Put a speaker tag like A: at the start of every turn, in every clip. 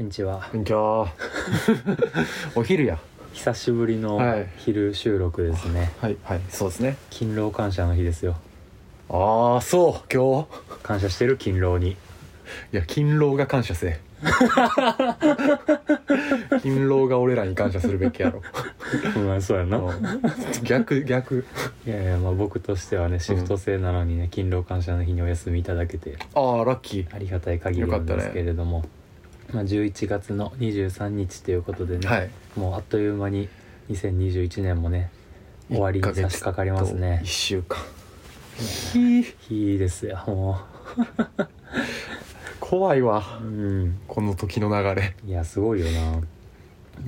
A: んにちは
B: こんにちはお昼や
A: 久しぶりの
B: はい
A: 昼収録ですね、
B: はいはいそうですね
A: 勤労感謝の日ですよ
B: ああそう今
A: 感謝してる勤労に
B: 日いや勤労が感謝 せえ勤労が俺らに感謝するべきやろ
A: うんそうやな
B: うん逆逆
A: いやいやまあ僕としてはねシフト制なのにね、勤労感謝の日にお休みいただけて
B: ああラッキー
A: ありがたい限りなんですけれども、まあ、11月の23日ということでね、
B: はい
A: もうあっという間に2021年もね終わりに差し掛かりますね
B: 1週間
A: いいですよも
B: 怖いわ
A: ううん
B: この時の流れ
A: いやすごいよな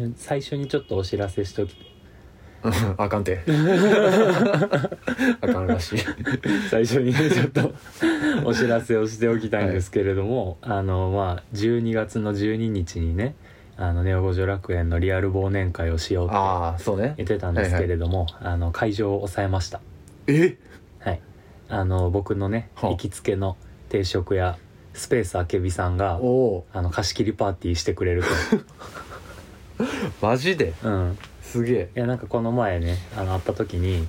A: で最初にちょっとお知らせしとき
B: あかん てあかんらしい
A: 最初にねちょっとお知らせをしておきたいんですけれども、あのまあ12月の12日にねあのネオ五条楽園のリアル忘年会をしようって
B: ああそうね
A: 言ってたんですけれども、あの会場を抑えました
B: え
A: はいあの僕のね
B: はあ
A: 行きつけの定食屋スペースあけびさんが
B: おお
A: あの貸し切りパーティーしてくれる
B: マジで
A: とうん
B: すげえ
A: いやなんかこの前ねあの会った時に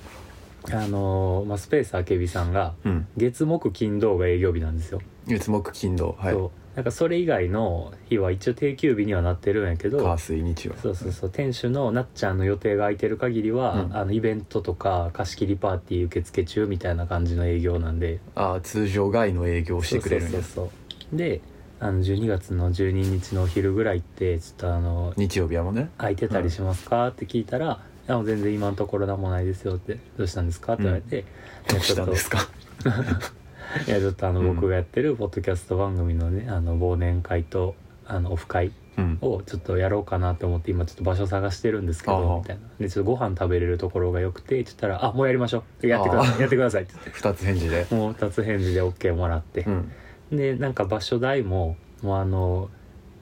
A: あの、まあ、スペースあけびさんが
B: うん
A: 月木金土が営業日なんですよ
B: 月木金土はい
A: そうなんかそれ以外の日は一応定休日にはなってるんやけど
B: 火水日曜
A: そうそうそう店主のなっちゃんの予定が空いてる限りは、
B: うん
A: あのイベントとか貸し切りパーティー受付中みたいな感じの営業なんで
B: ああ通常外の営業をしてくれるん
A: そう
B: です
A: そうそうであの12月の12日のお昼ぐらいってちょっとあの
B: 日曜日はもうね
A: 空いてたりしますか、って聞いたら「あ全然今のところ何もないですよ」って「どうしたんですか?」って言われて、
B: どうしたんです
A: か
B: か
A: いやちょっとあの
B: うん
A: 僕がやってるポッドキャスト番組のねあの忘年会とあのオフ会
B: うん
A: をちょっとやろうかなと思って今ちょっと場所探してるんですけ
B: あ
A: ど
B: あ
A: みたいなでちょっとご飯食べれるところが良くてって言ったら「あもうやりましょうやってくだ
B: あ
A: さ
B: あ
A: いやってください」って言って
B: 二つ返事で
A: もう2つ返事で OK もらって
B: う、ん
A: でなんか場所代ももうあの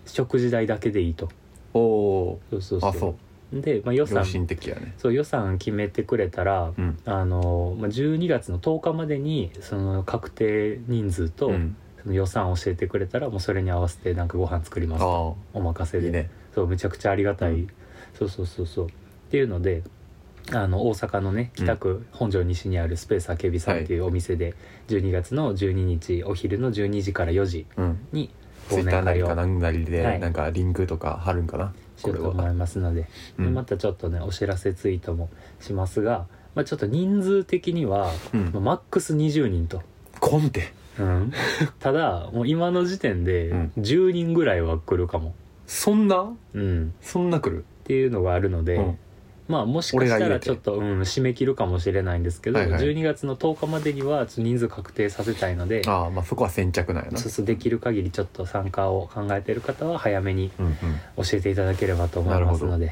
A: 食事代だけでいいと
B: おお
A: そうそうそう
B: あそう
A: で、まあ、予
B: 良
A: 算
B: 心的やね
A: そう予算決めてくれたら、
B: うん
A: あのまあ、12月の10日までにその確定人数と、
B: うん
A: その予算を教えてくれたらもうそれに合わせてなんかご飯作りますと
B: あ
A: お任
B: あ
A: せ
B: い
A: で
B: いね
A: そうめちゃくちゃありがたい、
B: うん
A: そうそうそうそうっていうのであの大阪のね北区本庄西にあるスペースあけびさんっていうお店で、12月の12日お昼の12時から4時
B: うん
A: に
B: ツイッターなりか
A: を
B: 何な
A: は
B: りで
A: い
B: なんかリンクとか貼るんかな
A: し
B: こ
A: よ
B: れ
A: うと思
B: はい
A: ますので
B: う
A: でま
B: ん
A: たちょっとねお知らせツイートもしますが、まあ、ちょっと人数的には、
B: うん
A: まあマックス20人と、
B: コンテ
A: ただもう今の時点で
B: うん
A: 10人ぐらいは来るかも、
B: そんな
A: うん、
B: そんな来
A: っ
B: る
A: ていうのがあるので、
B: うん
A: まあもしかし
B: 俺
A: た
B: が入
A: ら
B: れて
A: ちょっと、うん、締め切るかもしれないんですけど、
B: はいはい
A: 12月の10日までにはちょっと人数確定させたいので
B: ああまあそこは先着なんやな
A: そうそうできる限りちょっと参加を考えてる方は早めに
B: うんうん
A: 教えていただければと思います
B: な
A: のでっ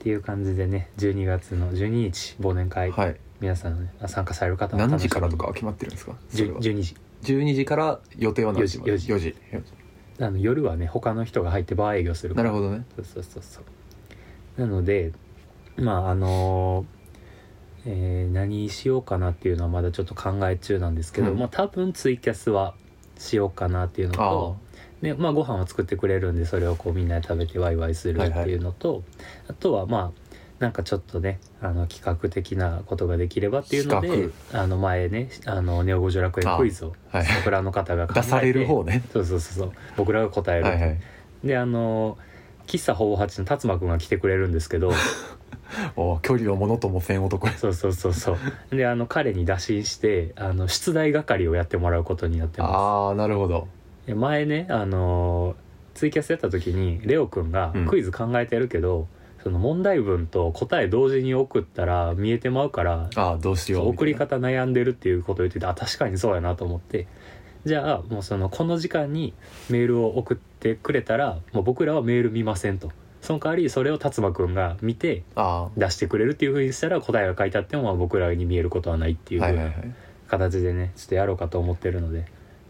A: ていう感じでね12月の12日忘年会、
B: はい
A: 皆さんの、ね、あ参加される方も
B: 何
A: 楽しみ
B: 時
A: に
B: からとかは決まってるんですかそれ
A: 10
B: は
A: 12時
B: 12時から予定は何時まで
A: 4時
B: 4時
A: あの夜はね他の人が入ってバー営業するか
B: な
A: ら
B: るほどね
A: そうそうそうそうなのでまああのえー何しようかなっていうのはまだちょっと考え中なんですけど、
B: うん
A: まあ多分ツイキャスはしようかなっていうの
B: ああ
A: とで、まあ、ご飯を作ってくれるんでそれをこうみんなで食べてワイワイするっていうのと、あとはまあなんかちょっとねあの企画的なことができればっていうので
B: 企
A: あの前ねあのネオ五条楽園クイズを
B: はい
A: 僕らの方が考えて
B: 出される方ね
A: そうそうそうそう僕らが答える、
B: はいはい
A: であの喫茶ほぼ八の辰馬くんが来てくれるんです けど
B: お距離をものともせん男や
A: そうそうそうそうであの彼に打診してあの出題係をやってもらうことになってま
B: ああなるほど
A: すで前ねあのツイキャスやった時にレオくんが
B: うん
A: クイズ考えてるけど、その問題文と答え同時に送ったら見えてまうから
B: ああどうしようみた
A: 送
B: い
A: り
B: な
A: 方悩んでるっていうことを言っててあ確かにそうやなと思ってじゃあもうそのこの時間にメールを送ってくれたらもう僕らはメール見ませんとその代わりそれを達馬くんが見て
B: あ
A: 出してくれるっていうふうにしたら答えが書いてあってもまあ僕らに見えることはないってい
B: あ
A: う風
B: はい
A: な
B: はいはい
A: 形でねちょっとやろうかと思ってるので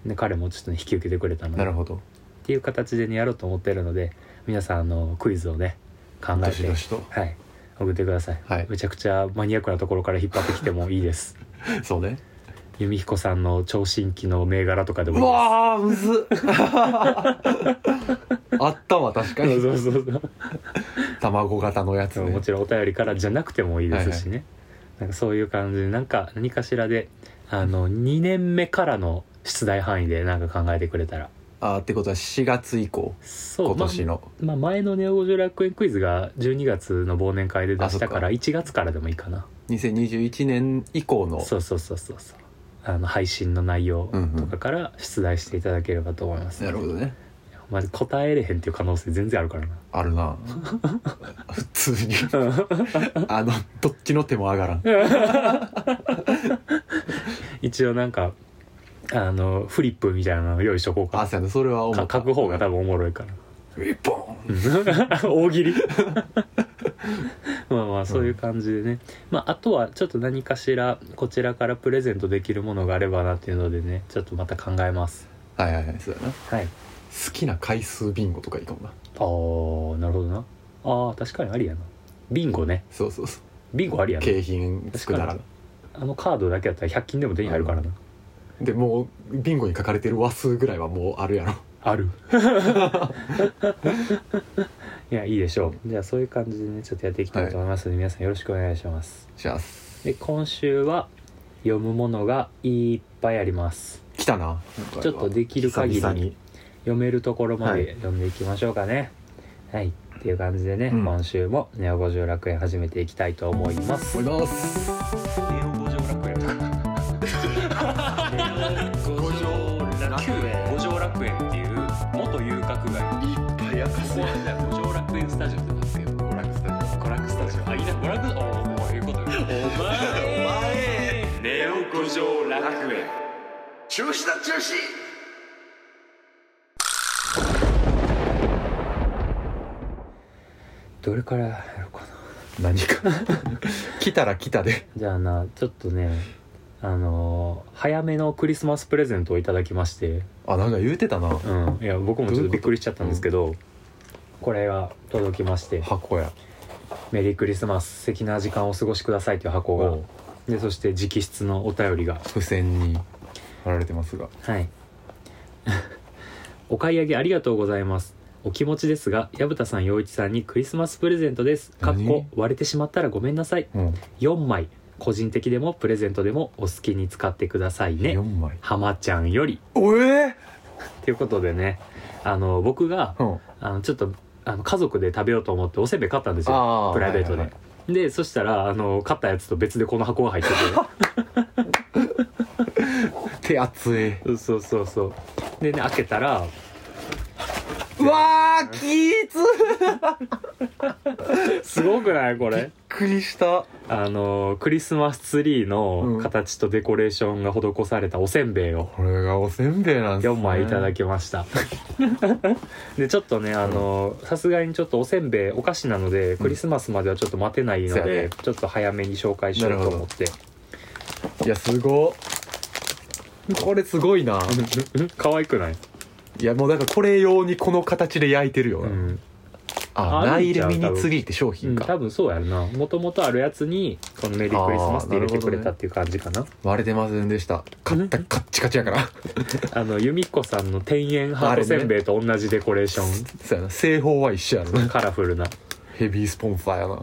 A: で彼もちょっとね引き受けてくれたので
B: なる
A: っ
B: ほど
A: ていう形でねやろうと思ってるので皆さんあのクイズをね考え
B: どしてどしと
A: はい送ってください、
B: はい
A: めちゃくちゃマニアックなところから引っ張ってきてもいいです
B: そうね
A: 弓彦さんの聴診器の銘柄とかでも
B: う
A: いいで
B: わーむずっ あったわ確か
A: そう
B: に
A: そうそうそう
B: 卵型のやつ、
A: でも
B: ね
A: も、ちろんお便りからじゃなくてもいいですしね、なんかそういう感じでなんか何かしらであの2年目からの出題範囲でなんか考えてくれたら
B: あーってことは4月以降
A: そう
B: 今年の、
A: まあ、まあ前の「ネオ五条楽園クイズ」が12月の忘年会で出したから
B: あそっか
A: 1月からでもいいかな
B: 2021年以降の
A: そうそうそうそうそうあの配信の内容とかから出題していただければと思います、
B: なるほどね
A: まあ、答えれへんっていう可能性全然あるからな
B: あ るな普通にあのどっちの手も上がらん
A: 一応なんかあのフリップみたいなの用意しとこう
B: あ
A: か
B: そうやねそれは思
A: か
B: った
A: 書く方が多分おもろいから
B: 一本
A: 大喜利 まあまあそういう感じでね、まああとはちょっと何かしらこちらからプレゼントできるものがあればなっていうのでねちょっとまた考えます
B: はいはいはいそうやな好
A: はい
B: きな回数ビンゴとかいいかもな
A: あーなるほどなあー確かにありやなビンゴね
B: そうそうそう
A: ビンゴありやな
B: 景品少なら
A: 確あのカードだけやったら100均でも手に入るからな、
B: でもうビンゴに書かれてる話数ぐらいはもうあるやろ
A: ある いやいいでしょうじゃあそういう感じでねちょっとやっていきたいと思いますので、皆さんよろしくお願いします
B: じゃあ
A: で今週は読むものがいっぱいあります
B: 来たな
A: ちょっとできる限り
B: 久々に
A: 読めるところま
B: はい
A: で読んでいきましょうかねはい、っていう感じでね、
B: うん
A: 今週も「ネオ五条楽園」始めていきたいと思います
B: 思います
A: ネオ五条楽園五条楽園五条楽園っていう元遊郭街
B: いっぱいやか
A: ここは五条楽園スタジオってなんですけど娯楽スタジオあいいな娯楽おおこういうことお前お前ネオ五条楽園
B: 中止だ中止
A: どれからやろうかな
B: 何か来たら来たで
A: じゃあなちょっとねあのー早めのクリスマスプレゼントをいただきまして
B: あなんか言うてたな
A: うんいや僕もちょっとびっくりしちゃったんですけどこれが届きまして
B: 箱や
A: 「メリークリスマス素敵な時間をお過ごしください」という箱が
B: おう
A: でそして直筆のお便りが
B: 付箋に貼られてますが
A: はい。 お買い上げありがとうございます。お気持ちですが、薮田さん、陽一さんにクリスマスプレゼントです。かっ
B: 何
A: こ割れてしまったらごめんなさい。
B: うん
A: 4枚。個人的でもプレゼントでもお好きに使ってくださいね
B: 4。枚
A: はまちゃんより。
B: おえ
A: ということでね、あの、僕が、
B: うん
A: あの、ちょっと、あの、家族で食べようと思っておせんべい買ったんですよ。
B: あー
A: プライベートで。
B: はいはい
A: で、そしたら、あの、買ったやつと別でこの箱が入ってて。
B: はい手厚い
A: そうそうそう。でね、開けたら、
B: うわーきーつびっ
A: すごくないこれ。
B: くりした
A: あのクリスマスツリーの形とデコレーションが施されたおせんべいを
B: これがおせんべいなんです
A: 4
B: ね
A: 枚いただきま した、でちょっとねあのさすがにちょっとおせんべいお菓子なのでクリスマスまではちょっと待てないの
B: そうや
A: で、
B: ね
A: ちょっと早めに紹介しようと思って
B: いやすごっこれすごいな
A: うん可愛くない、
B: いやもうだからこれ用にこの形で焼いてるよ
A: う
B: な、
A: ん
B: あ
A: あ
B: ナ
A: るん
B: イ
A: ちゃ
B: ル
A: う
B: ミニツリーって商品か、
A: 多分そうやるなもともとあるやつにこの「メリークリスマス」って入れてくれたっていう感じかな
B: 割れてませんでした買ったカッチカチやから
A: あの由美子さんの「天円ハートせんべい」と同じデコレーショ
B: そうやな製法は一緒やろ
A: ン
B: な
A: カラフルな
B: ヘビースポンサーやな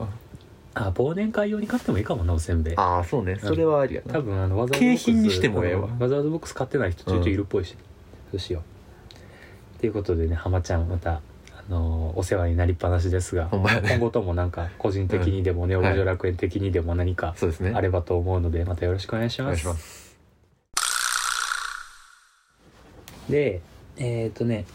A: あ忘年会用に買ってもいいかもなおせんべい
B: ああそうねそれはありやな、
A: 多分あのわざわざボックス
B: 景品にしてもええ
A: う
B: わ
A: んわざわざボックス買ってない人ちょいちょいいるっぽいし、そうしようということでね浜ちゃんまた、あのーお世話になりっぱなしですが
B: ほんまや
A: 今
B: ね
A: 後ともなんか個人的にでもね、お
B: ん
A: もじょ楽園的にでも何か
B: そうですね
A: あればと思うのでまたよろしくお願いし
B: お
A: ま
B: 願い
A: す
B: します
A: でえっ、とね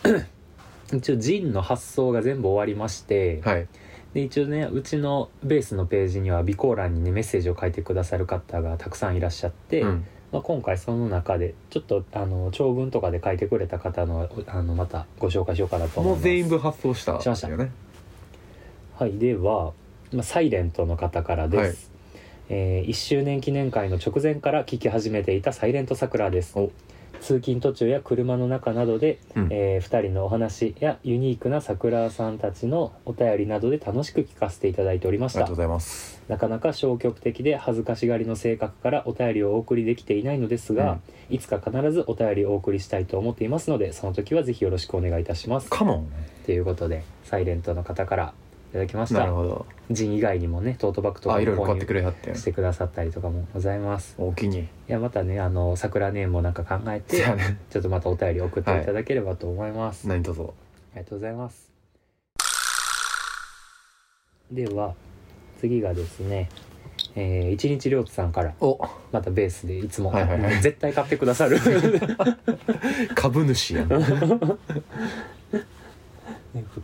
A: 一応ジンの発送が全部終わりまして、
B: はい
A: で一応ねうちのベースのページには備考欄にねメッセージを書いてくださる方がたくさんいらっしゃって、
B: うん
A: まあ、今回その中でちょっとあの長文とかで書いてくれた方のあのまたご紹介しようかなと思いま
B: もう
A: す
B: 全員分発送した
A: しました
B: よね
A: はい、では、まあ、サイレントの方からです、えー1周年記念会の直前から聞き始めていた「サイレント桜」です
B: お
A: 通勤途中や車の中などで、
B: うん
A: え2人のお話やユニークな桜さんたちのお便りなどで楽しく聞かせていただいておりまし
B: が
A: た
B: とうございます
A: なかなか消極的で恥ずかしがりの性格からお便りをお送りできていないのですが、いつか必ずお便りをお送りしたいと思っていますのでその時はぜひよろしくお願いいたします
B: カモン
A: ということでサイレントの方からいただきまし
B: な
A: た
B: るほど
A: ジン以外にもねトートバッグとか
B: あ
A: も
B: いろいろ買って
A: 購
B: くれはって
A: 入してくださったりとかもございます
B: おおきに
A: いやまたねあの桜ネームもなんか考え
B: じ
A: て
B: ゃあね
A: ちょっとまたお便り送っていただければと思います、
B: 何とぞ
A: ありがとうございますでは次がですねえー、一日両津さんから
B: お
A: またベースでいつも、
B: はいはいはい
A: 絶対買ってくだ さると
B: 株主やん
A: いうこ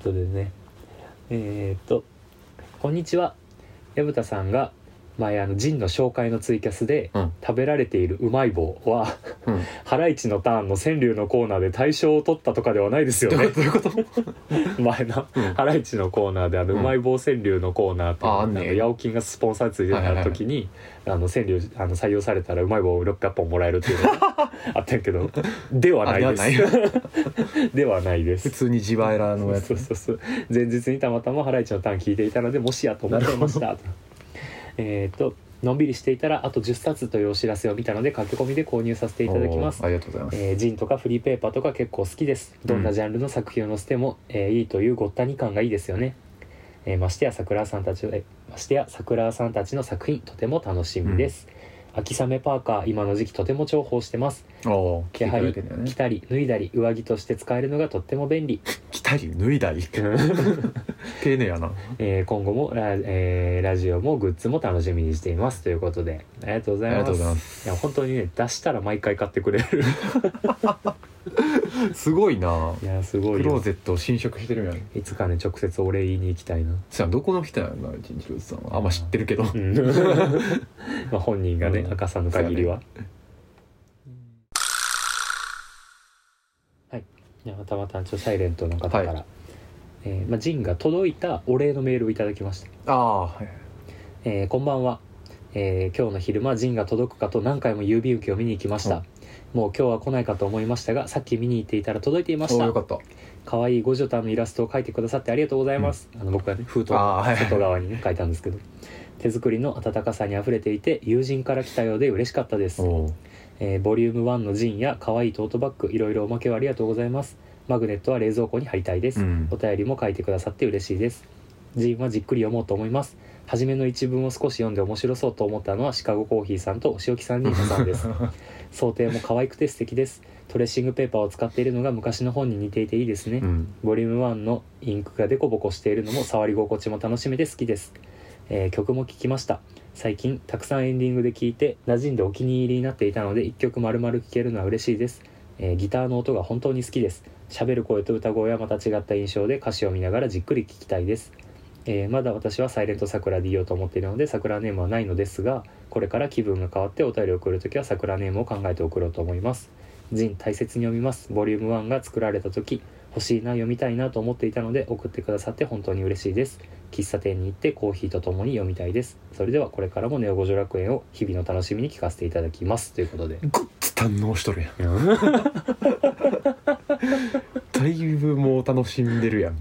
A: とでねえー、っと「こんにちは薮田さんが前あのジンの紹介のツイキャスで、
B: うん
A: 食べられているうまい棒は
B: うん
A: ハライチのターンの川柳のコーナーで大賞を取ったとかではないですよ
B: どうい
A: ね
B: うことどういうこと
A: 前な
B: うん
A: ハライチのコーナーであの、
B: う
A: うんまい棒川柳のコーナーっていう
B: ああん
A: の
B: ね
A: あのヤオキンがスポンサーついてた時に、あの川柳あの採用されたらうまい棒600本もらえるっていうのが あったんやけどではない
B: あでは
A: です。 ではないで
B: 普
A: す。
B: 通に自腹のやつ
A: そうそうそう前日にたまたまハライチのターン聞いていたのでもしやと思っていましたえっとのんびりしていたらあと10冊というお知らせを見たので駆け込みで購入させていただきます
B: おーありがとうございます
A: えージンとかフリーペーパーとか結構好きですどんなジャンルの作品を載せても、えーいいというごったに感がいいですよね、えーましてや桜さんたちえましてや桜さんたちの作品とても楽しみです、秋雨パーカー今の時期とても重宝してます
B: おお来てい
A: やは
B: ただ
A: り
B: けだよ
A: 着
B: ね
A: たり脱いだり上着として使えるのがとっても便利、
B: 着たり脱いだり丁寧やな
A: えー今後もラ,、えーラジオもグッズも楽しみにしていますということでありがとうござい
B: ありがと
A: ま
B: うご
A: す
B: ざいま
A: いや本当にね出したら毎回買ってくれ る
B: すごいない
A: やすご
B: ク
A: い
B: ロー
A: よ
B: ゼットを侵食してるやん
A: いつかね直接お礼言いに行きたいな
B: さあどこの人やんな一日ローズさんはあんま知ってるけど
A: うん まあ本人がね、
B: うん
A: 赤さんの限りは、はいじゃあまたまたちょっとサイレントの方から、
B: は
A: えーまあ、ジンが届いたお礼のメールをいただきました
B: ああはい
A: えーこんばんは、えー今日の昼間ジンが届くかと何回も郵便受けを見に行きました、
B: うん
A: もう今日は来ないかと思いましたがさっき見に行っていたら届いていまし
B: お
A: た
B: よかった
A: 可愛いい五女ンのイラストを描いてくださってありがとうございます、あの僕はね封筒
B: あ
A: の
B: ーはいはい
A: 外側にね描いたんですけど手作りの温かさにあふれていて友人から来たようで嬉しかったです、
B: おー
A: えーボリューム1のジンや可愛いトートバッグいろいろおまけをありがとうございますマグネットは冷蔵庫に貼りたいです、
B: うん
A: お便りも書いてくださって嬉しいですジンはじっくり読もうと思います初めの一文を少し読んで面白そうと思ったのはシカゴコーヒーさんとお塩木さんにさん です想定も可愛くて素敵ですトレッシングペーパーを使っているのが昔の本に似ていていいですね、
B: うん
A: ボリューム1のインクがデコボコしているのも触り心地も楽しめて好きです、えー曲も聴きました最近たくさんエンディングで聴いて馴染んでお気に入りになっていたので1曲丸々聴けるのは嬉しいです、えーギターの音が本当に好きです喋る声と歌声はまた違った印象で歌詞を見ながらじっくり聴きたいです、えーまだ私は「サイレント桜」でいようと思っているので桜ネームはないのですがこれから気分が変わってお便りを送るときは桜ネームを考えて送ろうと思いますジン大切に読みますボリューム1が作られた時欲しいな読みたいなと思っていたので送ってくださって本当に嬉しいです喫茶店に行ってコーヒーとともに読みたいですそれではこれからもネオ五条楽園を日々の楽しみに聞かせていただきますということで
B: ごっつ堪能しとるやん だいぶもう楽しんでるやん、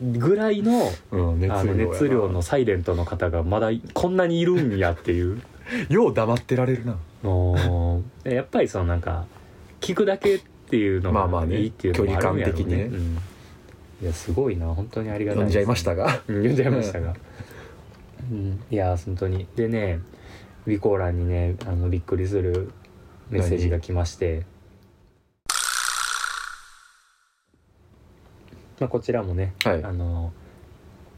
A: ぐらいの
B: うん、
A: あ
B: 熱量
A: の
B: やな
A: 熱量のサイレントの方がまだこんなにいるんやって いう
B: よう黙ってられるな
A: おーやっぱりそのなんか聞くだけっていうの
B: まあまあ
A: が
B: ね
A: いいっていうのもあるんやろうね,、
B: 距離感的に
A: うんいやすごいな本当にありがたい
B: 呼んじゃいましたが
A: うん読んじゃいましたが、うん、いやー本当にでね備考欄にねあのびっくりするメッセージが来まして、まあ、こちらもね
B: はい
A: あの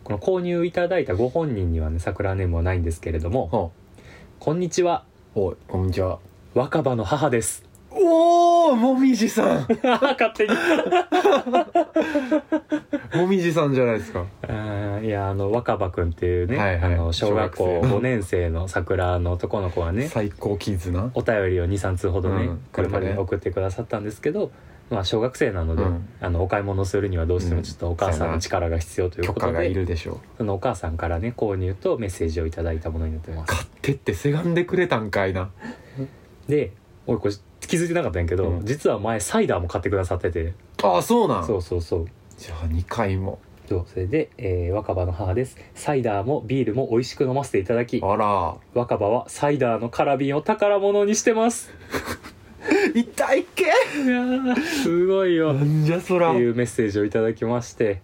A: この購入いただいたご本人にはね桜ネームはないんですけれども
B: は
A: 「こんにちは
B: おいこんにちは
A: 若葉の母 です
B: おおもみじさ ん」
A: 勝手に
B: もみじさんじゃないですか
A: あーいやあの若葉くんっていうね、
B: はいはい
A: あの小学校
B: 小学生の
A: 5年生の桜の男の子はね
B: 最高キッズな
A: お便りを23通ほどね、
B: うん
A: これまでに送ってくださったんですけど、まあ、小学生なので、
B: うん
A: あのお買い物するにはどうしてもちょっとお母さんの力が必要という
B: 許
A: こと
B: 可が
A: で、
B: いるでしょう
A: そのお母さんからね購入とメッセージをいただいたものになってます
B: 買ってってせがんでくれたんかいな
A: でおいこれ気づいてなかったんやけど、
B: うん
A: 実は前サイダーも買ってくださってて、
B: ああそうなん
A: そうそうそう
B: じゃあ2回も
A: そうそれで、えー若葉の母ですサイダーもビールも美味しく飲ませていただき
B: あら
A: 若葉はサイダーの空瓶を宝物にして ます
B: 痛いっけ
A: いやーすごいよっ
B: なんじゃそ
A: て
B: ら
A: いうメッセージをいただきまして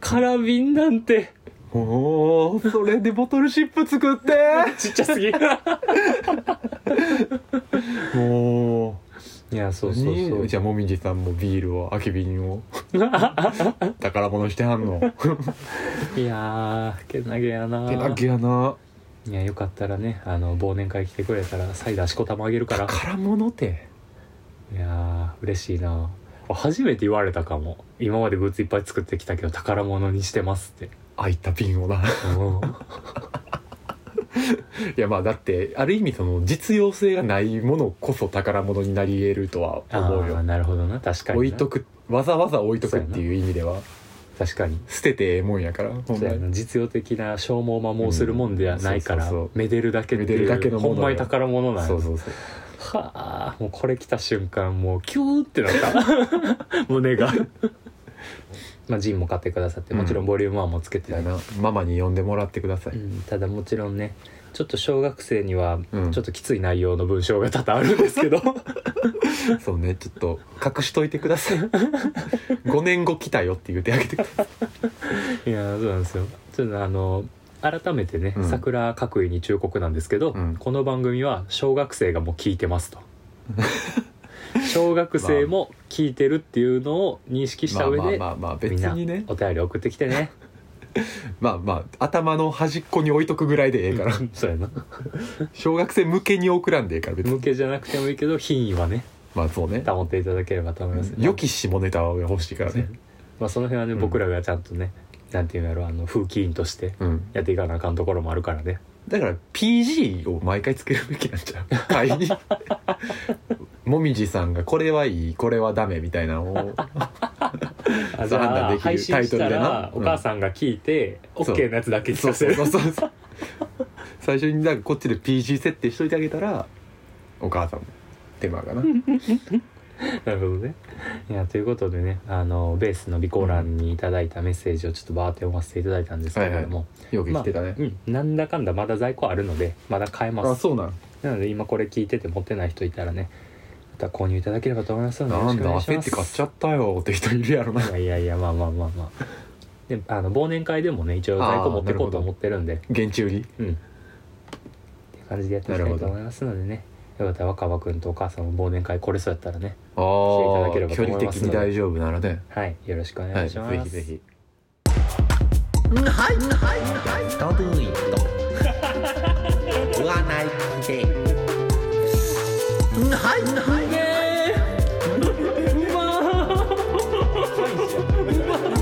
A: 空瓶なんて
B: おーそれでボトルシップ作って
A: ちっちゃすぎい
B: も
A: やそううそうそう
B: じゃあもみじさんもビールを空き瓶 を宝物してはんの
A: いやーけなげやな
B: 手だけやない
A: やよかったらねあの忘年会来てくれたらサイダーしこたまあげるから
B: 宝物って
A: いやー嬉しいなあ初めて言われたかも今までグッズいっぱい作ってきたけど宝物にしてますって
B: 開いた瓶をな
A: う
B: いやまあだってある意味その実用性がないものこそ宝物になり得るとは
A: ん、
B: 思う
A: あー
B: よ
A: なるほどな確かにな
B: 置いとくわざわざ置いとくっていう意味では
A: 確かに
B: 捨ててええもんやからほん
A: そう
B: ま
A: やな
B: に
A: 実用的な消耗摩耗するもんではないから、
B: うんそうそうそう
A: めでるだけっていう
B: めでるだけのものよ
A: ほんまに宝物なんや
B: そうそうそう
A: はあもうこれ来た瞬間もうキューってなった胸 が まあジンも買ってくださってもちろんボリューム1もつけて
B: じゃ
A: た
B: あなママに呼んでもらってください、
A: うん、ただもちろんねちょっと小学生には
B: うん
A: ちょっときつい内容の文章が多々あるんですけど
B: そうねちょっと隠しといてください 5年後来たよって言ってあげてくだ さい
A: いやそうなんですよちょっとあの改めてね、
B: うん
A: 桜各位に忠告なんですけど、
B: うん
A: この番組は小学生がもう聞いて ますと小学生も聞いてるっていうのを認識し
B: ま
A: た
B: あ
A: 上
B: まあ
A: で
B: まあまあ別
A: みんな
B: にね
A: お便り送ってきてね
B: まあまあ頭の端っこに置いとくぐらいでええから
A: そうやな
B: 小学生向けに送らんでええから別
A: 向
B: に
A: けじゃなくてもいいけど品位はね
B: まあそうね
A: 保っていただければと思います、
B: 良き下ネタが欲しいからね
A: まあ、その辺はね、
B: うん
A: 僕らがちゃんとねなんていうんやろあの風紀委員として
B: うん
A: やっていかなあかんところもあるからね
B: だから PG を毎回つけるべきな んちゃう会にもみじさんがこれはいいこれはダメみたいなのを
A: あじ
B: そう判
A: ゃ
B: 断
A: あ
B: できる
A: 配信した
B: タイトルで
A: ら
B: な
A: お母さんが聞いて、
B: うんそう
A: OK のやつだけ聞
B: そう
A: か
B: そ
A: せ
B: う
A: る
B: そうそうそう最初になんかこっちで PG 設定しといてあげたらお母さんも手間がな
A: なるほどねいやということでねあのベースの備考欄にいただいたメッセージをちょっとバーって読ませていただいたんですけれども、
B: よく来てたね、
A: うん、なんだかんだまだ在庫あるのでまだ買え
B: あ
A: ます
B: そうなん
A: なので今これ聞いてて持ってない人いたらねまた購入いただければと思いますのでよろ
B: な
A: し
B: ん
A: くお願
B: だ
A: いします
B: 焦って買っちゃったよって人いるやろない
A: やいやいやまあまあまあまあであの忘年会でもね一応在庫持ってこうと思ってるんで
B: 現地売り
A: うんっていう感じでやっていきたいと思いますのでねよかったら若葉君とお母さんも忘年会これそうやったらね
B: あ
A: していただければ
B: あ
A: と
B: 距
A: 思
B: 離
A: いま
B: 的
A: す
B: に大丈夫ならね
A: はいよろしくお願
B: はいい
A: し
B: ぜ
A: ます、
B: ひぜひ
C: ドドゥイット言わないではいはい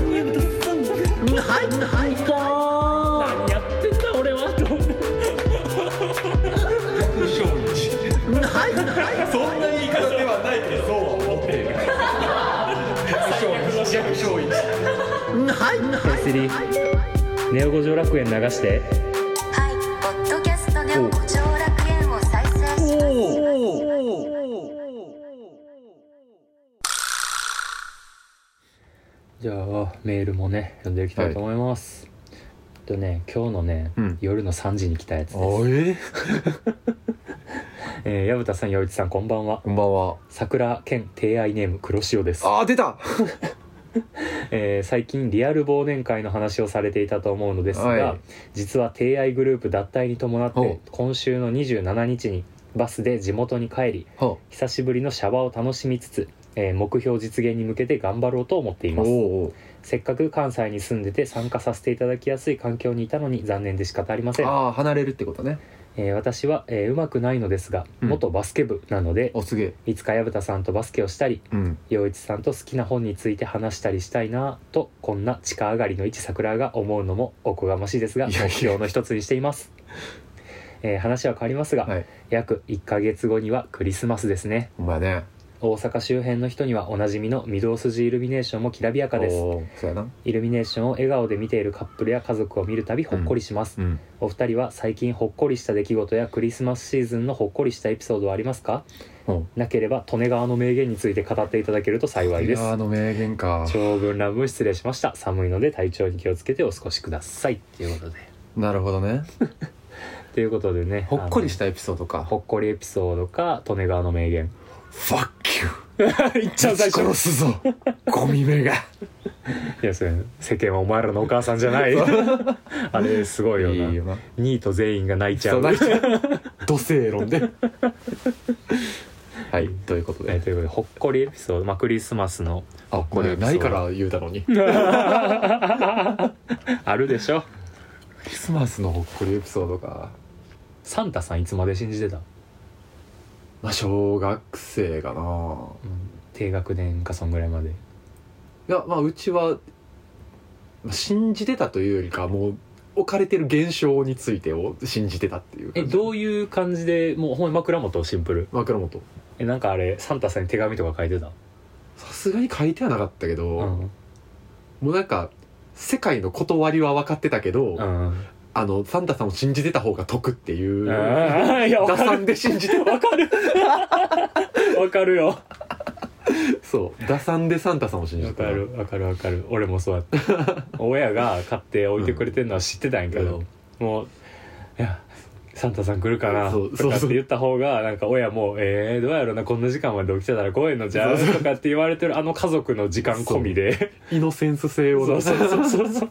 C: うまはいはい
A: 何やってんだ俺はと
C: はい
B: そんな言い方ではないけどそうは 思ってる
C: はいはい
A: 「ネオ五条楽園」流して
D: はい、ポッドキャストで五条楽園を再生します。
A: じゃあメールもね読んでいきたいと思います、えっとね今日のね、
B: うん
A: 夜の3時に来たやつです
B: おえ
A: えー矢蓋さん陽一さんこんばんは
B: こんばんは
A: 桜兼提愛ネーム黒潮です
B: あー出た
A: えー最近リアル忘年会の話をされていたと思うのですが、
B: はい
A: 実は提愛グループ脱退に伴っ
B: ほ
A: て
B: う
A: 今週の27日にバスで地元に帰り
B: お
A: 久しぶりのシャワーを楽しみつつ、えー目標実現に向けて頑張ろうと思っています
B: お
A: せっかく関西に住んでて参加させていただきやすい環境にいたのに残念で仕方ありません、
B: ああ離れるってことね
A: えー私は、えーうまくないのですが
B: うん
A: 元バスケ部なので、
B: おすげえ
A: いつか矢蓋さんとバスケをしたり
B: うん
A: 陽一さんと好きな本について話したりしたいなぁとこんな地下上がりの一桜が思うのもおこがましいですが
B: いやいや
A: 目標の一つにしています、えー話は変わりますが、
B: はい
A: 約1ヶ月後にはクリスマスですね
B: お前ね
A: 大阪周辺の人にはおなじみの御堂筋イルミネーションもきらびやかです
B: おーそうやな
A: イルミネーションを笑顔で見ているカップルや家族を見るたびほっこりします、
B: うん
A: お二人は最近ほっこりした出来事やクリスマスシーズンのほっこりしたエピソードはありますか
B: うん
A: なければ利根川の名言について語っていただけると幸いです
B: あの名言か
A: 長文乱文失礼しました寒いので体調に気をつけてお過ごしくださいということで
B: なるほどね
A: ということでね
B: ほっこりしたたエピソードか
A: ほっこりエピソードか利根川の名言
B: ファッキュー
A: いっちゃう最初
B: 殺すぞゴミ目 が
A: いやそれ世間はお前らのお母さんじゃない あれすごいよない
B: いよな
A: ニート全員が泣いちゃ
B: そう
A: う
B: な土星論で はいということ
A: え
B: で
A: ということでほっこりエピソード、まあ、クリスマス の
B: あこれないから言うたのにク
A: あるでしょ
B: リスマスのほっこりエピソードか
A: サンタさんいつまで信じてた、
B: まあ小学生かな
A: 低学年かそんぐらいまで
B: いやまあうちはまあ信じてたというよりかもう置かれてる現象についてを信じてたっていう
A: え
B: 感じ
A: どういう感じでもうほんまに枕元シンプル
B: 枕元
A: えなんかあれサンタさんに手紙とか書いてた
B: さすがに書いてはなかったけど、
A: うん
B: もうなんか世界の断りは分かってたけど、
A: うん
B: あのサンタさんを信じてた方が得っていう
A: あーいやわ
B: 打
A: か
B: 算
A: る
B: で信じて
A: わかるわかるよわ
B: そう打算でサンタさんを信じてた
A: かるわかるわかる俺もそうやった 親が買って置いてくれてるのは知ってたんやけど、
B: うん
A: もういやサンタさん来るかなと
B: そうそう
A: かって言った方がなんか親も「えー、どうやろなこんな時間まで起きてたら来いのじゃあ」
B: そうそう
A: とかって言われてるあの家族の時間込みで
B: イノセンス性を
A: そ
B: 出
A: うそうそうそうそう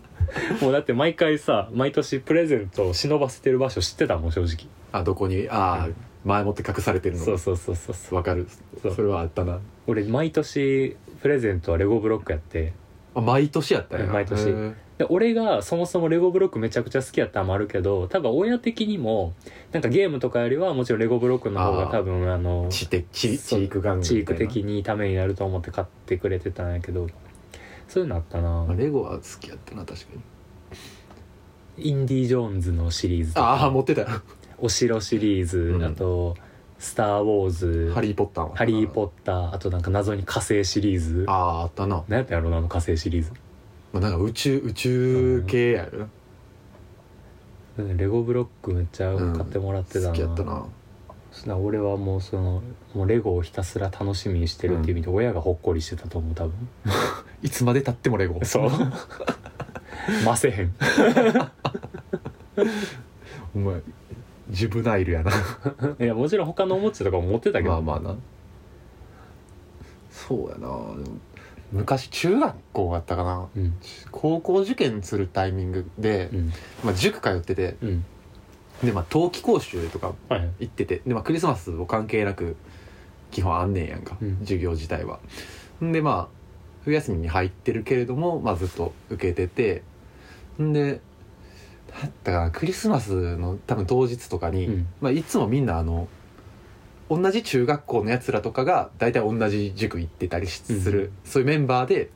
A: もうだって毎回さ毎年プレゼントを忍ばせてる場所知ってたもん正直
B: あどこにああ、
A: うん
B: 前もって隠されてるの
A: そうそうそうそうそう
B: 分かる
A: そう
B: それはあったな
A: 俺毎年プレゼントはレゴブロックやって
B: あ毎年やったんや
A: 毎年
B: へー
A: で俺がそもそもレゴブロックめちゃくちゃ好きやったのもあるけど多分親的にもなんかゲームとかよりはもちろんレゴブロックの方が多分あの
B: 知的知知
A: そう
B: 育玩具みたいな
A: チーク的にためになると思って買ってくれてたんやけどそういうのあったな
B: まあレゴは好きやったな確かに
A: インディ・ジョーンズのシリーズとか
B: ああ持ってたよ
A: お城シリーズ、
B: うん
A: あと「スター・ウォーズ」
B: ハリー・ポッターは
A: ハリー・ポッター、あとなんか謎に火星シリーズ。
B: あああったな、ま
A: 何やったんやろな、あの火星シリーズ。
B: あ、なんか宇宙宇宙系やよな
A: うんレゴブロックめっちゃ買ってもらってたな。
B: 好きやったな
A: そんな俺はもうその、もうレゴをひたすら楽しみにしてるっていう意味で、親がほっこりしてたと思う、多分。
B: いつまでたってもレ ゴ
A: そう。ませへん。
B: お前ジュブナイルやな
A: いや、もちろん他のおもちゃとかも持ってたけど。
B: まあまあなそうやなでも昔中学校やったかな
A: うん。
B: 高校受験するタイミングで
A: う、ん。
B: まあ、塾通ってて
A: うん。
B: で、まあ、冬季講習とか
A: はい。
B: 行っててで、まあ、クリスマスを関係なく基本あんねんやんか、
A: うん
B: 授業自体はんでまあ冬休みに入ってるけれども、まあ、ずっと受けててんでだったかなクリスマスの多分当日とかに、
A: うん。
B: まあ、いつもみんなあの同じ中学校のやつらとかが大体同じ塾行ってたりし
A: うん
B: する、そういうメンバーで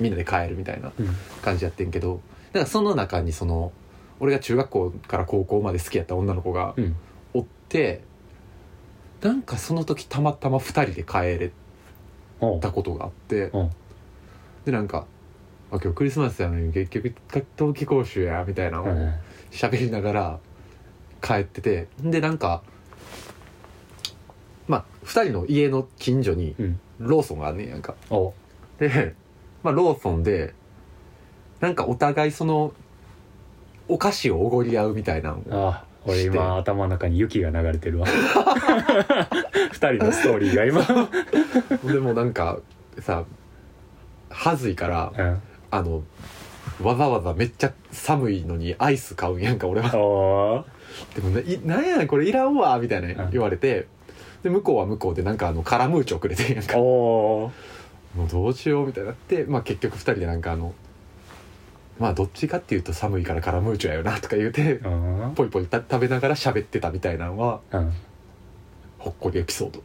B: みんなで帰るみたいな
A: うん。
B: 感じやってんけどだからその中にその俺が中学校から高校まで好きやった女の子が
A: うん
B: おって、なんかその時たまたま2人で帰れ
A: おう
B: たことがあって、
A: うん
B: でなんか「あ今日クリスマスやのに結局冬季講習や」みたいなの
A: う
B: を
A: ん
B: 喋りながら帰っててでなんかまあ2人の家の近所に
A: うん
B: ローソンがあんねんやんか。
A: おう
B: で、まあ、ローソンでなんかお互いそのお菓子をおごり合うみたいなのを
A: ああ、俺
B: して
A: 今頭の中に雪が流れて るわ。二人のストーリーが今。
B: でもなんかさはずいから
A: うん。
B: あのわざわざめっちゃ寒いのにアイス買うんやんか俺は
A: おー
B: でも、ね、いなんやねんこれいらんわみたいな言われてで向こうは向こうでなんかあのカラムーチョくれてんやんか
A: おー
B: もうどうしようみたいになって、まあ、結局2人でなんかあのまあどっちかっていうと寒いからカラムーチョやよなとか言うて
A: うん
B: ポイポイた食べながら喋ってたみたいなのは
A: うん
B: ほっこりエピソード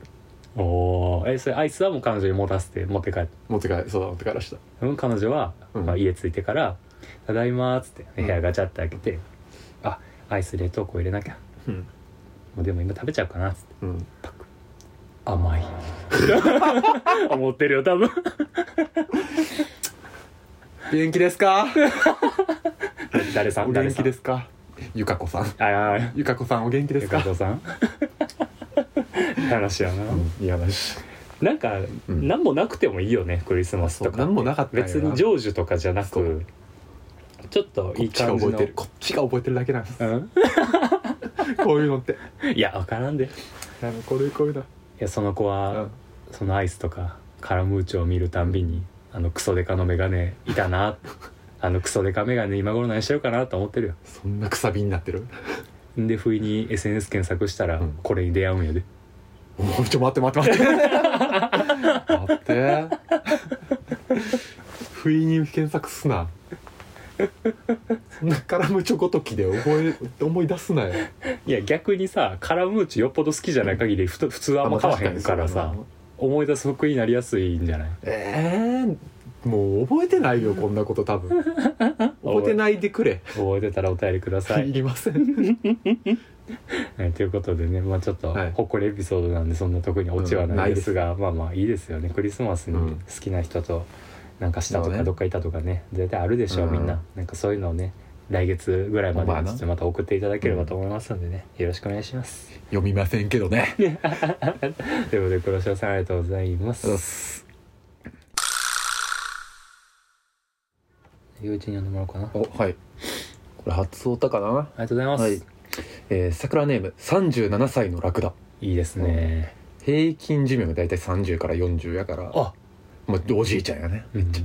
A: おーえそれアイスはもう彼女に持たせて持って帰って
B: 持って帰そう持って帰らした
A: うん彼女は、
B: うん
A: まあ、家着いてから「ただいま」っつって
B: うん
A: 部屋ガチャって開けて「あアイス冷凍庫入れなきゃ
B: うん、
A: もうでも今食べちゃうかな」っつって
B: うん、
A: パク甘い 思ってるよ多 分
B: 元気ですか
A: 誰さ
B: お
A: ん
B: 元
A: 誰
B: 気
A: さん
B: ですかゆかこさん
A: ああ
B: ゆかこさんお元気で
A: ゆ
B: す
A: か
B: か
A: こさんいい話やな
B: うんいや話
A: なんか、
B: うん
A: 何もなくてもいいよねクリスマス
B: そ
A: と
B: う
A: か
B: 何もなかったんやな
A: 別に成就とかじゃな
B: そ
A: く
B: う
A: ちょっと
B: こ
A: いい
B: っちが
A: 感じ
B: 覚え
A: の
B: てるこっちが覚えてるだけなんです
A: うん
B: こういうのって
A: いや分からん でい
B: あのこれこういうの
A: やその子
B: う
A: は
B: ん
A: そのアイスとかカラムーチョを見るたんびにあのクソデカのメガネいた なあのクソデカメガネ今頃何してるかなと思ってるよ
B: そんなくさびになってる
A: で不意に SNS 検索したら
B: うん
A: これに出会うんやで、
B: おいちょ待って待って待って待って不意に検索すなそんなカラムチョごときで覚え思い出すなよ
A: いや逆にさカラムーチョよっぽど好きじゃない限りふと普通はあんま買わへんからさ思い出す服になりやすいんじゃない
B: えー、もう覚えてないよこんなこと多分覚えてないでくれ
A: 覚えてたらお便りくださ
B: い
A: い、
B: りません
A: はい、ということでね、まあ、ちょっと
B: はい
A: ほっこりエピソードなんでそんな特にオチは
B: うんな
A: ないで
B: いですす
A: が、まあまあいいですよねクリスマスに
B: うん
A: 好きな人となんかしたと
B: そう
A: か
B: ね
A: どっかいたとかね絶対あるでしょう、
B: うん
A: みんななんかそういうのをね来月ぐらいまで
B: まあ
A: に
B: な
A: ちょっとまた送っていただければと思いますんでね、よろしくお願いします。
B: 読みませんけどね
A: ということで黒潮さんありがとうございます。友人に呼んでもらおうかな。あり
B: おはいこれ初オタかな
A: がとうございます。
B: はいえー、桜ネーム37歳のラクダ
A: いいですね。
B: 平均寿命が大体30から40やから
A: あ
B: もうおじいちゃんやね
A: めっちゃ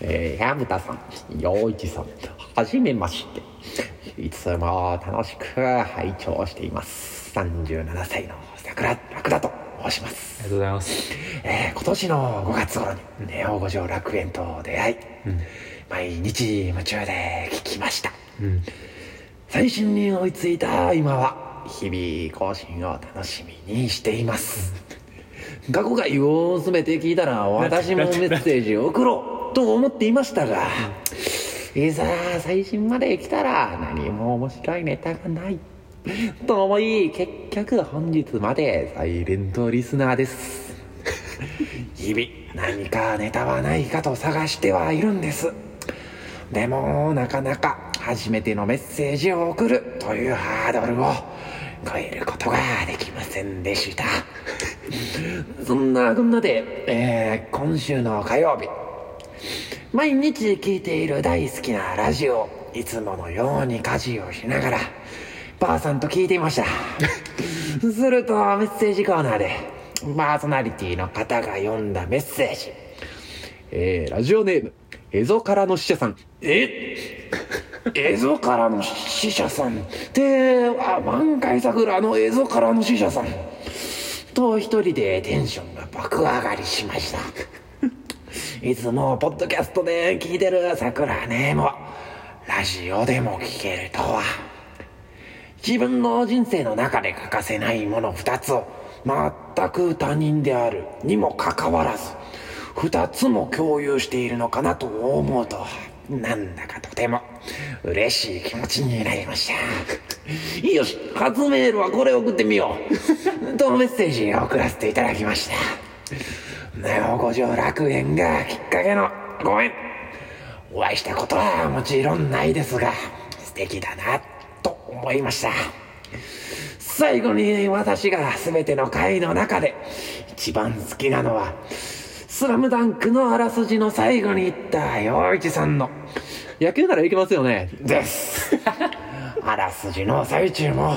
E: えー、矢蓋さん、陽一さん、はじめまして。いつも楽しく拝聴しています。37歳の桜楽だと申します。
A: ありがとうございます。
E: えー今年の5月頃に、ネオ五条楽園と出会い、
A: うん
E: 毎日夢中で聞きました。
A: うん
E: 最新に追いついた今は日々更新を楽しみにしています過去回を全て聞いたら私もメッセージを送ろうと思っていましたがいざ最新まで来たら何も面白いネタがないと思い結局本日までサイレントリスナーです日々何かネタはないかと探してはいるんですでもなかなか初めてのメッセージを送るというハードルを超えることができませんでしたそんなこんなで、えー今週の火曜日毎日聴いている大好きなラジオいつものように家事をしながらばあさんと聞いていましたするとメッセージコーナーでパーソナリティの方が読んだメッセージ
B: えー、ラジオネームエゾからの使者さん
E: えエゾからの死者さんであ満開桜のエゾからの死者さんと一人でテンションが爆上がりしましたいつもポッドキャストで聞いてる桜ねもラジオでも聞けるとは自分の人生の中で欠かせないもの2つを全く他人であるにもかかわらず2つも共有しているのかなと思うとなんだかとても嬉しい気持ちになりました よし初メールはこれ送ってみよう とメッセージを送らせていただきましたネオ五条楽園がきっかけのご縁お会いしたことはもちろんないですが素敵だなと思いました最後に私が全ての回の中で一番好きなのは「スラムダンクのあらすじの最後に言った陽一さんの
B: 野球ならいけますよね
E: です。あらすじの最中も、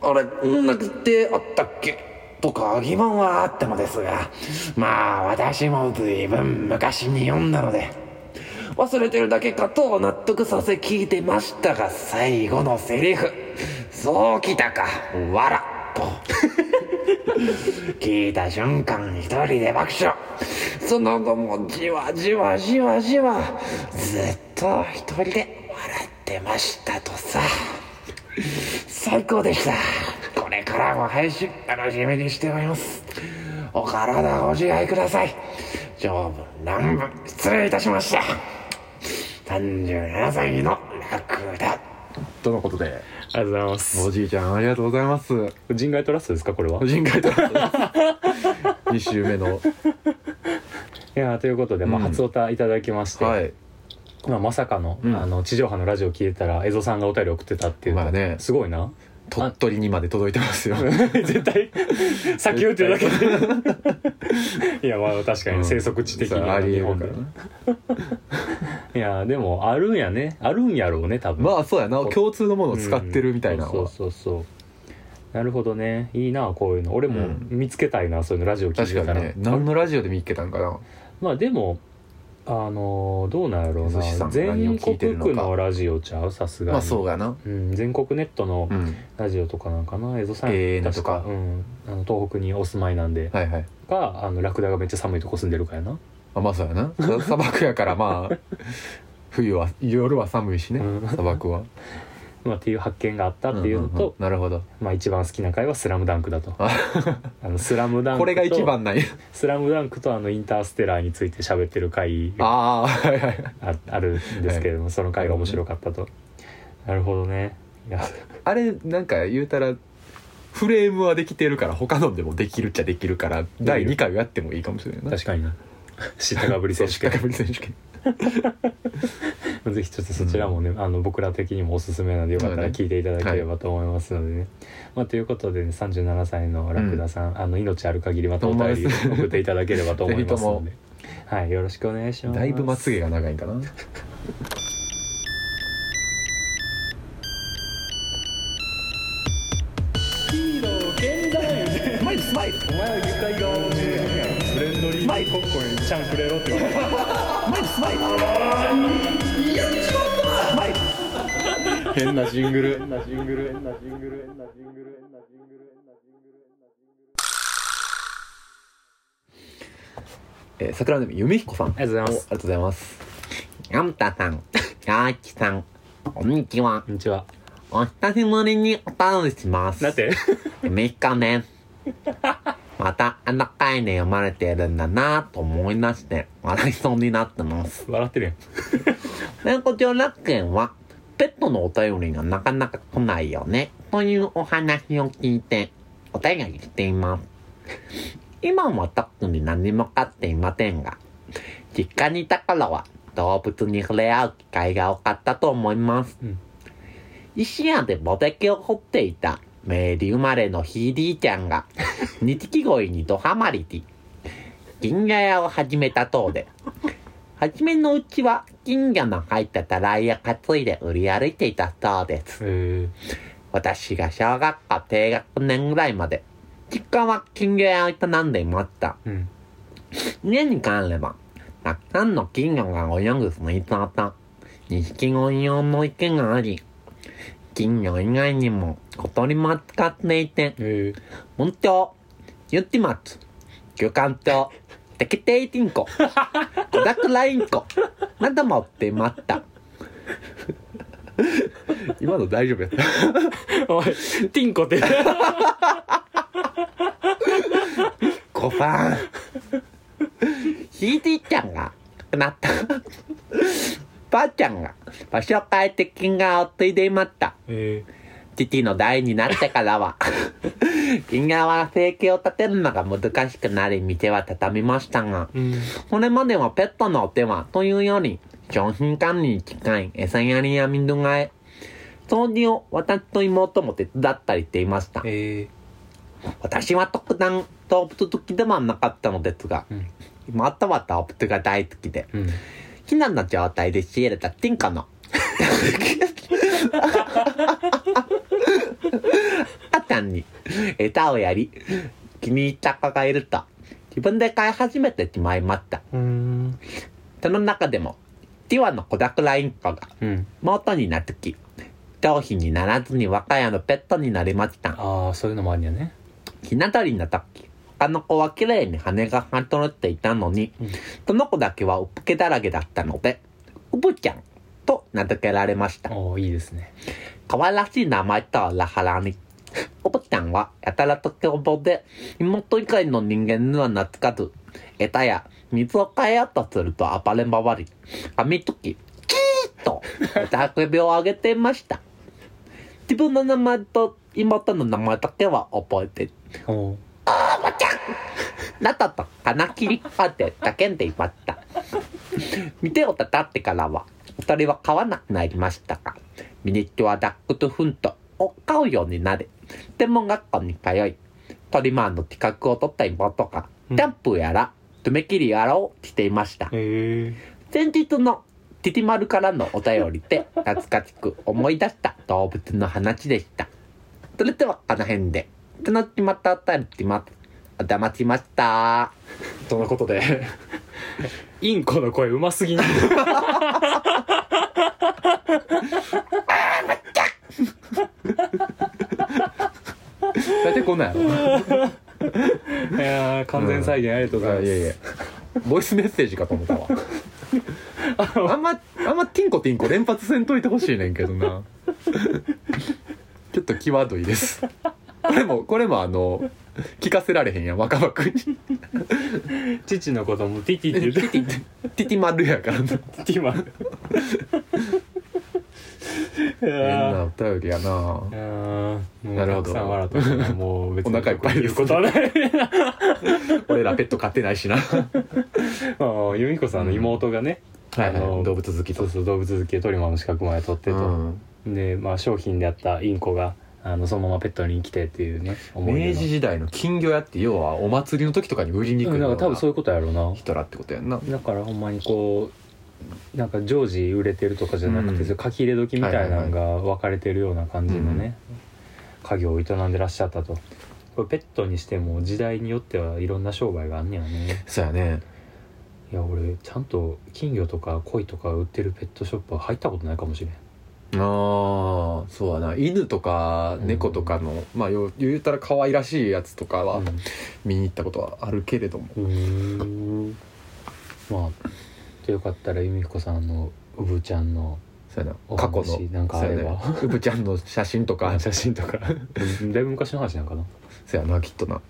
E: あれ、なくってあったっけとか疑問はあったのですが、まあ私も随分昔に読んだので、忘れてるだけかと納得させ聞いてましたが、最後のセリフ、そうきたか、わら、と。聞いた瞬間一人で爆笑その後もじわじわじわじわずっと一人で笑ってましたとさ最高でしたこれからも配信楽しみにしておりますお体ご自愛ください長文乱文失礼いたしました37歳のラクダ
B: とのことで
A: ありがとうございます
B: おじいちゃんありがとうございます
A: 人外トラストですかこれは
B: 人外と2 週目の
A: いやーということで、まあ、
B: うん
A: 初おたいただきまして、
B: はい
A: まあ、まさかの,、
B: うん
A: あの地上波のラジオ聞いてたら江戸さんがお便り送ってたっていう
B: まあね
A: すごいな
B: 鳥取にまで届いてますよ
A: 絶 対先言ってるだけでいやまあ確かに生息地的
B: うん
A: に
B: ありえ
A: 日
B: る
A: 本
B: か
A: で
B: らね
A: いやーでもあるんやねあるんやろうね多分
B: まあそうやな共通のものを使ってるみたいな
A: うん
B: の
A: そう
B: は
A: そうそうなるほどねいいなこういうの俺も
B: うん
A: 見つけたいな、そういうのラジオ聞い
B: 確
A: て
B: か
A: たら、
B: にね何のラジオで見っけたんかな
A: まあでもあのーどうなんやろう
B: 寿司さ
A: なん
B: が何
A: 全
B: を聞い
A: 国
B: てるのか
A: 区のラジオちゃうさすがに、
B: まあそうやな
A: うん、全国ネットの
B: うん
A: ラジオとかなんかな江戸さん、
B: ええなと
A: 確
B: か
A: か、うん、あの東北にお住まいなんで、
B: はいはい
A: かあのラクダがめっちゃ寒いとこ住んでるかやな、
B: あまあそうやな 砂砂漠やからまあ冬は夜は寒いしね
A: うん
B: 砂漠は
A: まあ、っていう発見があったっていうのと、
B: んんんなるほど
A: まあ、一番好きな回は「スラムダンクだと
B: あ
A: あのスラムダンクと
B: これが一番ない
A: スラムダンクとあのインターステラーについて喋ってる回が
B: ああはいはい
A: ああるんですけれども、その回が面白かったとなるほどねいや
B: あれなんか言うたらフレームはできてるから他のでもできるっちゃできるから第2回をやってもいいかもしれないな
A: 確かにな 知ったかぶり
B: そ
A: 選
B: う
A: 手
B: 四角
A: 権
B: ぶり選手権
A: ぜひちょっとそちらもね、あの僕ら的にもおすすめなのでよかったら聞いていただければと思いますのでね、まあ、ということでね37歳のラクダさん、あの命ある限りまたお便り
B: ほんまですね
A: 送っていただければと思いますの で
B: ぜ
A: はいよろしくお願いします
B: だいぶまつげが長いんかな変なジングルえー桜の海夢彦さんあ
A: ありがとうございます
B: りがとうございます
C: ガムタさん、ヤーキさん、こんにちは。
A: こんにちは
C: お久しぶりにお便りします。
A: なんて
C: メ日間ね。また、あの回で読まれてるんだなぁと思い出して、笑いそうになってます。
A: 笑ってるやん
C: 猫町楽園は、ペットのお便りがなかなか来ないよね、というお話を聞いて、お便りしています。今は特に何も飼っていませんが、実家にいた頃は動物に触れ合う機会が多かったと思います。
A: うん
C: 石屋でボテキを掘っていた明治生まれのヒーリーちゃんが、 錦鯉にドハマりし、銀河屋を始めたそうで、初めのうちは金魚の入ったたらいを担いで売り歩いていたそうです。
A: え
C: 私が小学校低学年ぐらいまで、実家は金魚屋を営んでいました。
A: ーうん
C: 家に帰れば、たくさんの金魚が泳ぐ水槽と、錦鯉用の池があり、金魚以外にも小鳥も使っていて、
A: え
C: 本当ユッティマツ、魚管と、テケテイテ ィンコ、小桜インコ、なども売っていました。
B: 今の大丈夫やった
A: ー、おいティンコって
C: ごさん。ひいじいちゃんが亡くなった。 ばあちゃんが場所を変えて金がを継いでいました。
A: え
C: 父の代になってからは、 銀河は生計を立てるのが難しくなり、店は畳みましたが、
A: ー、うん
C: これまではペットのお手はというより、商品管理に近い餌やりや水替え、掃除を私と妹も手伝ったりしていました。
A: え
C: 私は特段動物好きではなかったのですが、
A: うん
C: 妹は動物が大好きで、
A: ー、うん
C: 避難の状態で仕入れたティンカの。あちゃんに餌をやり、気に入った子がいると、自分で飼い始めてしまいました。
A: うん
C: その中でも、ティワの小桜インコが
A: うん
C: 元になつき、商品にならずに我が家のペットになりました。
A: ああそういうのもあるんやね
C: ひな鳥の時、他の子は綺麗に羽がはとろっていたのに、
A: うん
C: その子だけはうっぷけだらけだったので、うぶちゃんと名付けられました。
A: おーいいですね
C: 可愛らしい名前とは裏腹に。 うぶちゃんはやたらと凶暴で、妹以外の人間には懐かず、餌や水を変えようとすると暴れ回り、噛みつき、キーッと、おたくびを上げていました。自分の名前と妹の名前だけは覚えてる。
A: おう
C: なたと金切りパンで叫んでいました。店をたってからは、二人は買わなくなりましたが、ミニチュアダックとフントを買うようになり、専門学校に通い、トリマーの資格を取った妹が、
A: う
C: キ
A: ん
C: ャンプやら、爪切りやらをしていました。
A: へえ
C: 先日のティティマルからのお便りで懐かしく思い出した動物の話でした。それではこの辺で、そのうちまたお便りします。お邪魔しました。
B: とのことで
A: インコの声うますぎん
B: 大体こんなんや
A: い
B: ろ
A: やー完全再現ありがとうござい
B: あ
A: ます、
B: いやいやボイスメッセージかと思ったわあんまあんまティンコティンコ連発せんといてほしいねんけどなちょっと際どいですこれもこれもあの聞かせられへんやん若葉くんに
A: 父のこともティティって言って
B: ティティマルやからな
A: ティマルい
B: 変な
A: やー
B: お便りやない
A: やーもう
B: なるほ
A: たく
B: ど
A: さん笑ったからもう別に
B: お腹いっぱいで
A: 言う
B: す
A: ことはない
B: 俺らペット飼ってないしな
A: まあまあ由美子さんの妹がね、
B: はい、
A: あ
B: は
A: の
B: い、動物好き
A: そ
B: と
A: うそう動物好きでトリマーの資格まで取ってと、
B: うん
A: で、まあ、商品であったインコがあのそのままペットに来てっていうね思い出の
B: 明治時代の金魚屋って要はお祭りの時とかに売りに行
A: う
B: く
A: んな
B: ようんな
A: か多分そういうことやろうな
B: 人らってことやんな
A: だからほんまにこうなんか常時売れてるとかじゃなくて、
B: うん
A: 書き入れ時みたいなのが分かれてるような感じの
B: うんうん
A: ね、家業を営んでらっしゃったとこれペットにしても時代によってはいろんな商売があんねやね
B: そうやね
A: いや俺ちゃんと金魚とか鯉とか売ってるペットショップは入ったことないかもしれん
B: ああそうやな犬とか
A: うん
B: 猫とかの、まあよう言うたら可愛らしいやつとかは
A: うん
B: 見に行ったことはあるけれども、
A: うーんまあでよかったら由美子さんのうぶちゃんの
B: そうや
A: お
B: な過去
A: 話
B: の
A: なんかあれば
B: そうやねうぶちゃんの写真とか
A: 写真とかだいぶ昔の話なんかな
B: そうやなきっとな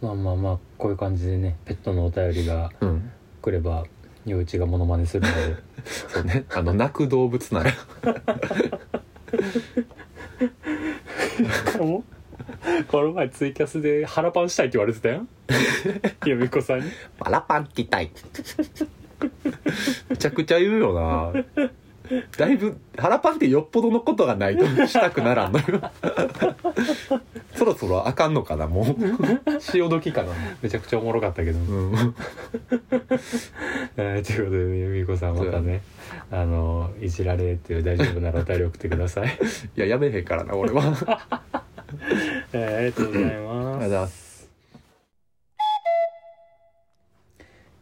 A: まあまあまあこういう感じでねペットのお便りが
B: うん
A: 来れば陽一がモノマネするので
B: そうねあの泣く動物なんや
A: この前ツイキャスで腹パンしたいって言われてた よ由美子さんに
C: パラパン期待。
B: めちゃくちゃ言うよなだいぶ腹パンってよっぽどのことがないとしたくならんのよそろそろあかんのかなもう 潮時かな
A: めちゃくちゃおもろかったけど、
B: うん
A: えーということで由美子さんまたねあのいじられっていう大丈夫ならお便り送ってください
B: いややめへんからな俺は
A: えーありがとうございます
B: ありがとうございます。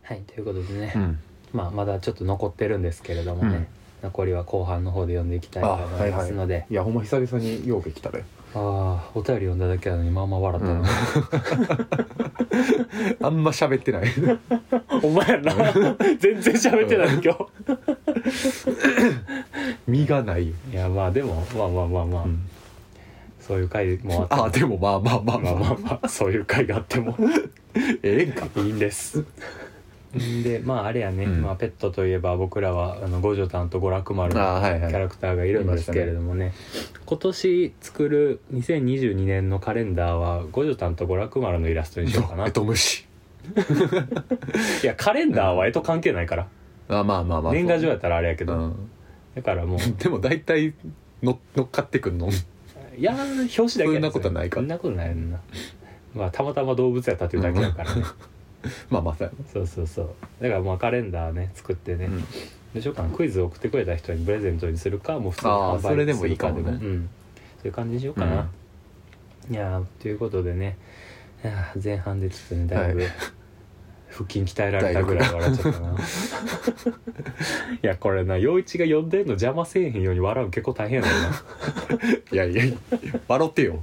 A: はいということでね、
B: ん。
A: まあ、まだちょっと残ってるんですけれどもね、残りは後半の方で読んでいきたいと思いますので
B: いや、ほんま久々にようできたね。
A: あ、あお便り読んだだけなのにまあまあ笑ったな、
B: あんま喋っ てない。
A: お前やな全然喋ってない今日
B: 身がないよ。
A: いやまあでもまあまあまあまあ、
B: うん
A: そういう回もあって
B: あ、でもまあまあま
A: ま
B: あま
A: あ
B: あ
A: ま
B: ま
A: あ
B: あ。
A: まあそういう回があっても
B: ええんか。
A: いいんですでまああれやね、
B: うん
A: まあ、ペットといえば僕らはあの五条丹と五楽丸の
B: あはいはい
A: キャラクターがいるんですけれどもね今年作る2022年のカレンダーは五条丹と五楽丸のイラストにしようかな
B: えとむし。
A: いやカレンダーは絵と関係ないから、
B: あ、まあまあまあ。
A: 年賀状やったらあれやけど、
B: うん。
A: だからもう
B: でも大体の乗っかってくんの。
A: いやー表紙だけや
B: そんなことないか
A: そんなことないなまあたまたま動物やったっていうだけだからね、
B: まあまあさ。
A: そうそうそうだからまあカレンダーね作ってね、
B: うん
A: どうしようかなクイズを送ってくれた人にプレゼントにするかもう普通に
B: あーそれでもいいかもね
A: するうん、そういう感じにしようかな、いやーということでねいやー前半でちょっとねだいぶ、
B: はい
A: 腹筋鍛えられたぐらい笑っちゃったないやこれな陽一が呼んでんの邪魔せえへんように笑うの結構大変だ よない
B: やいや、笑っ てよ。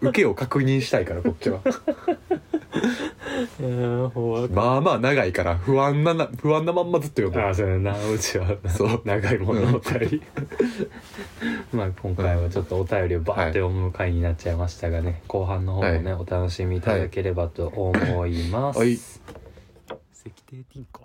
B: 受けを確認したいから、こっち
A: い
B: は。
A: やーほんま
B: まあまあ長いから、不安なな、不安なまんまずっと読
A: あ
B: む。
A: あそうやなうちは
B: そう
A: 長いものお便り まあ今回はちょっとお便りをバーって読む回になっちゃいましたがね、後半の方もね、お楽しみいただければと思います、
B: はい
A: 石庭ティンコ